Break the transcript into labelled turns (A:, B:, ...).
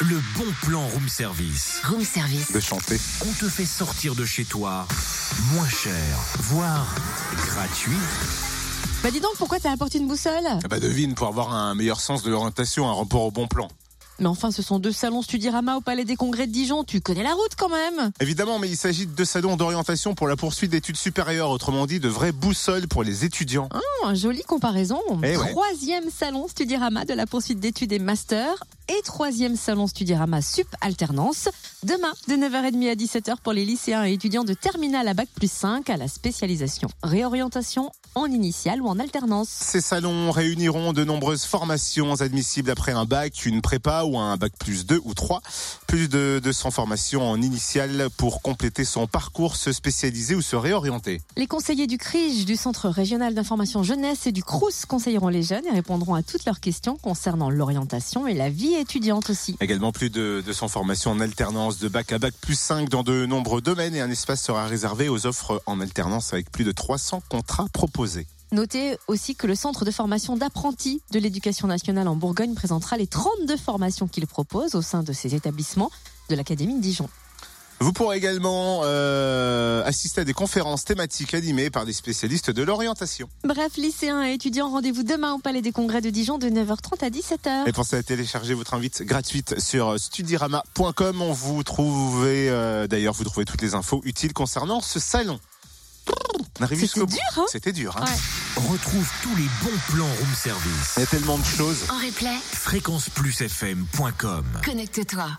A: Le bon plan room service.
B: Room service.
C: de chanter.
A: On te fait sortir de chez toi moins cher, voire gratuit.
D: Bah dis donc, pourquoi t'as apporté une boussole
C: Ah bah devine, pour avoir un meilleur sens de l'orientation, un rapport au bon plan.
D: Mais enfin, ce sont deux salons Studirama au Palais des Congrès de Dijon, tu connais la route quand même
C: Évidemment, mais il s'agit de deux salons d'orientation pour la poursuite d'études supérieures, autrement dit de vraies boussoles pour les étudiants.
D: Oh, Jolie comparaison
C: Eh ouais.
D: Troisième salon Studirama de la poursuite d'études et master et troisième salon Studirama Sup Alternance, demain de 9h30 à 17h pour les lycéens et étudiants de terminale à Bac plus 5 à la spécialisation réorientation en initiale ou en alternance.
C: Ces salons réuniront de nombreuses formations admissibles après un bac, une prépa ou un bac plus 2 ou 3. Plus de 200 formations en initiale pour compléter son parcours, se spécialiser ou se réorienter.
D: Les conseillers du CRIJ, du Centre régional d'information jeunesse et du CRUS conseilleront les jeunes et répondront à toutes leurs questions concernant l'orientation et la vie étudiante aussi.
C: Également plus de 200 formations en alternance de bac à bac plus 5 dans de nombreux domaines et un espace sera réservé aux offres en alternance avec plus de 300 contrats proposés.
D: Notez aussi que le centre de formation d'apprentis de l'éducation nationale en Bourgogne présentera les 32 formations qu'il propose au sein de ses établissements de l'Académie de Dijon.
C: Vous pourrez également euh, assister à des conférences thématiques animées par des spécialistes de l'orientation.
D: Bref, lycéens et étudiants, rendez-vous demain au Palais des Congrès de Dijon de 9h30 à 17h.
C: Et pensez à télécharger votre invite gratuite sur studirama.com. On vous trouvez euh, d'ailleurs vous trouvez toutes les infos utiles concernant ce salon. On arrive
D: C'était
C: jusqu'au bout.
D: dur, hein
C: C'était dur. hein.
D: Ouais.
A: Retrouve tous les bons plans room service.
C: Il y a tellement de choses.
B: En replay,
A: Fréquenceplusfm.com
B: connecte-toi.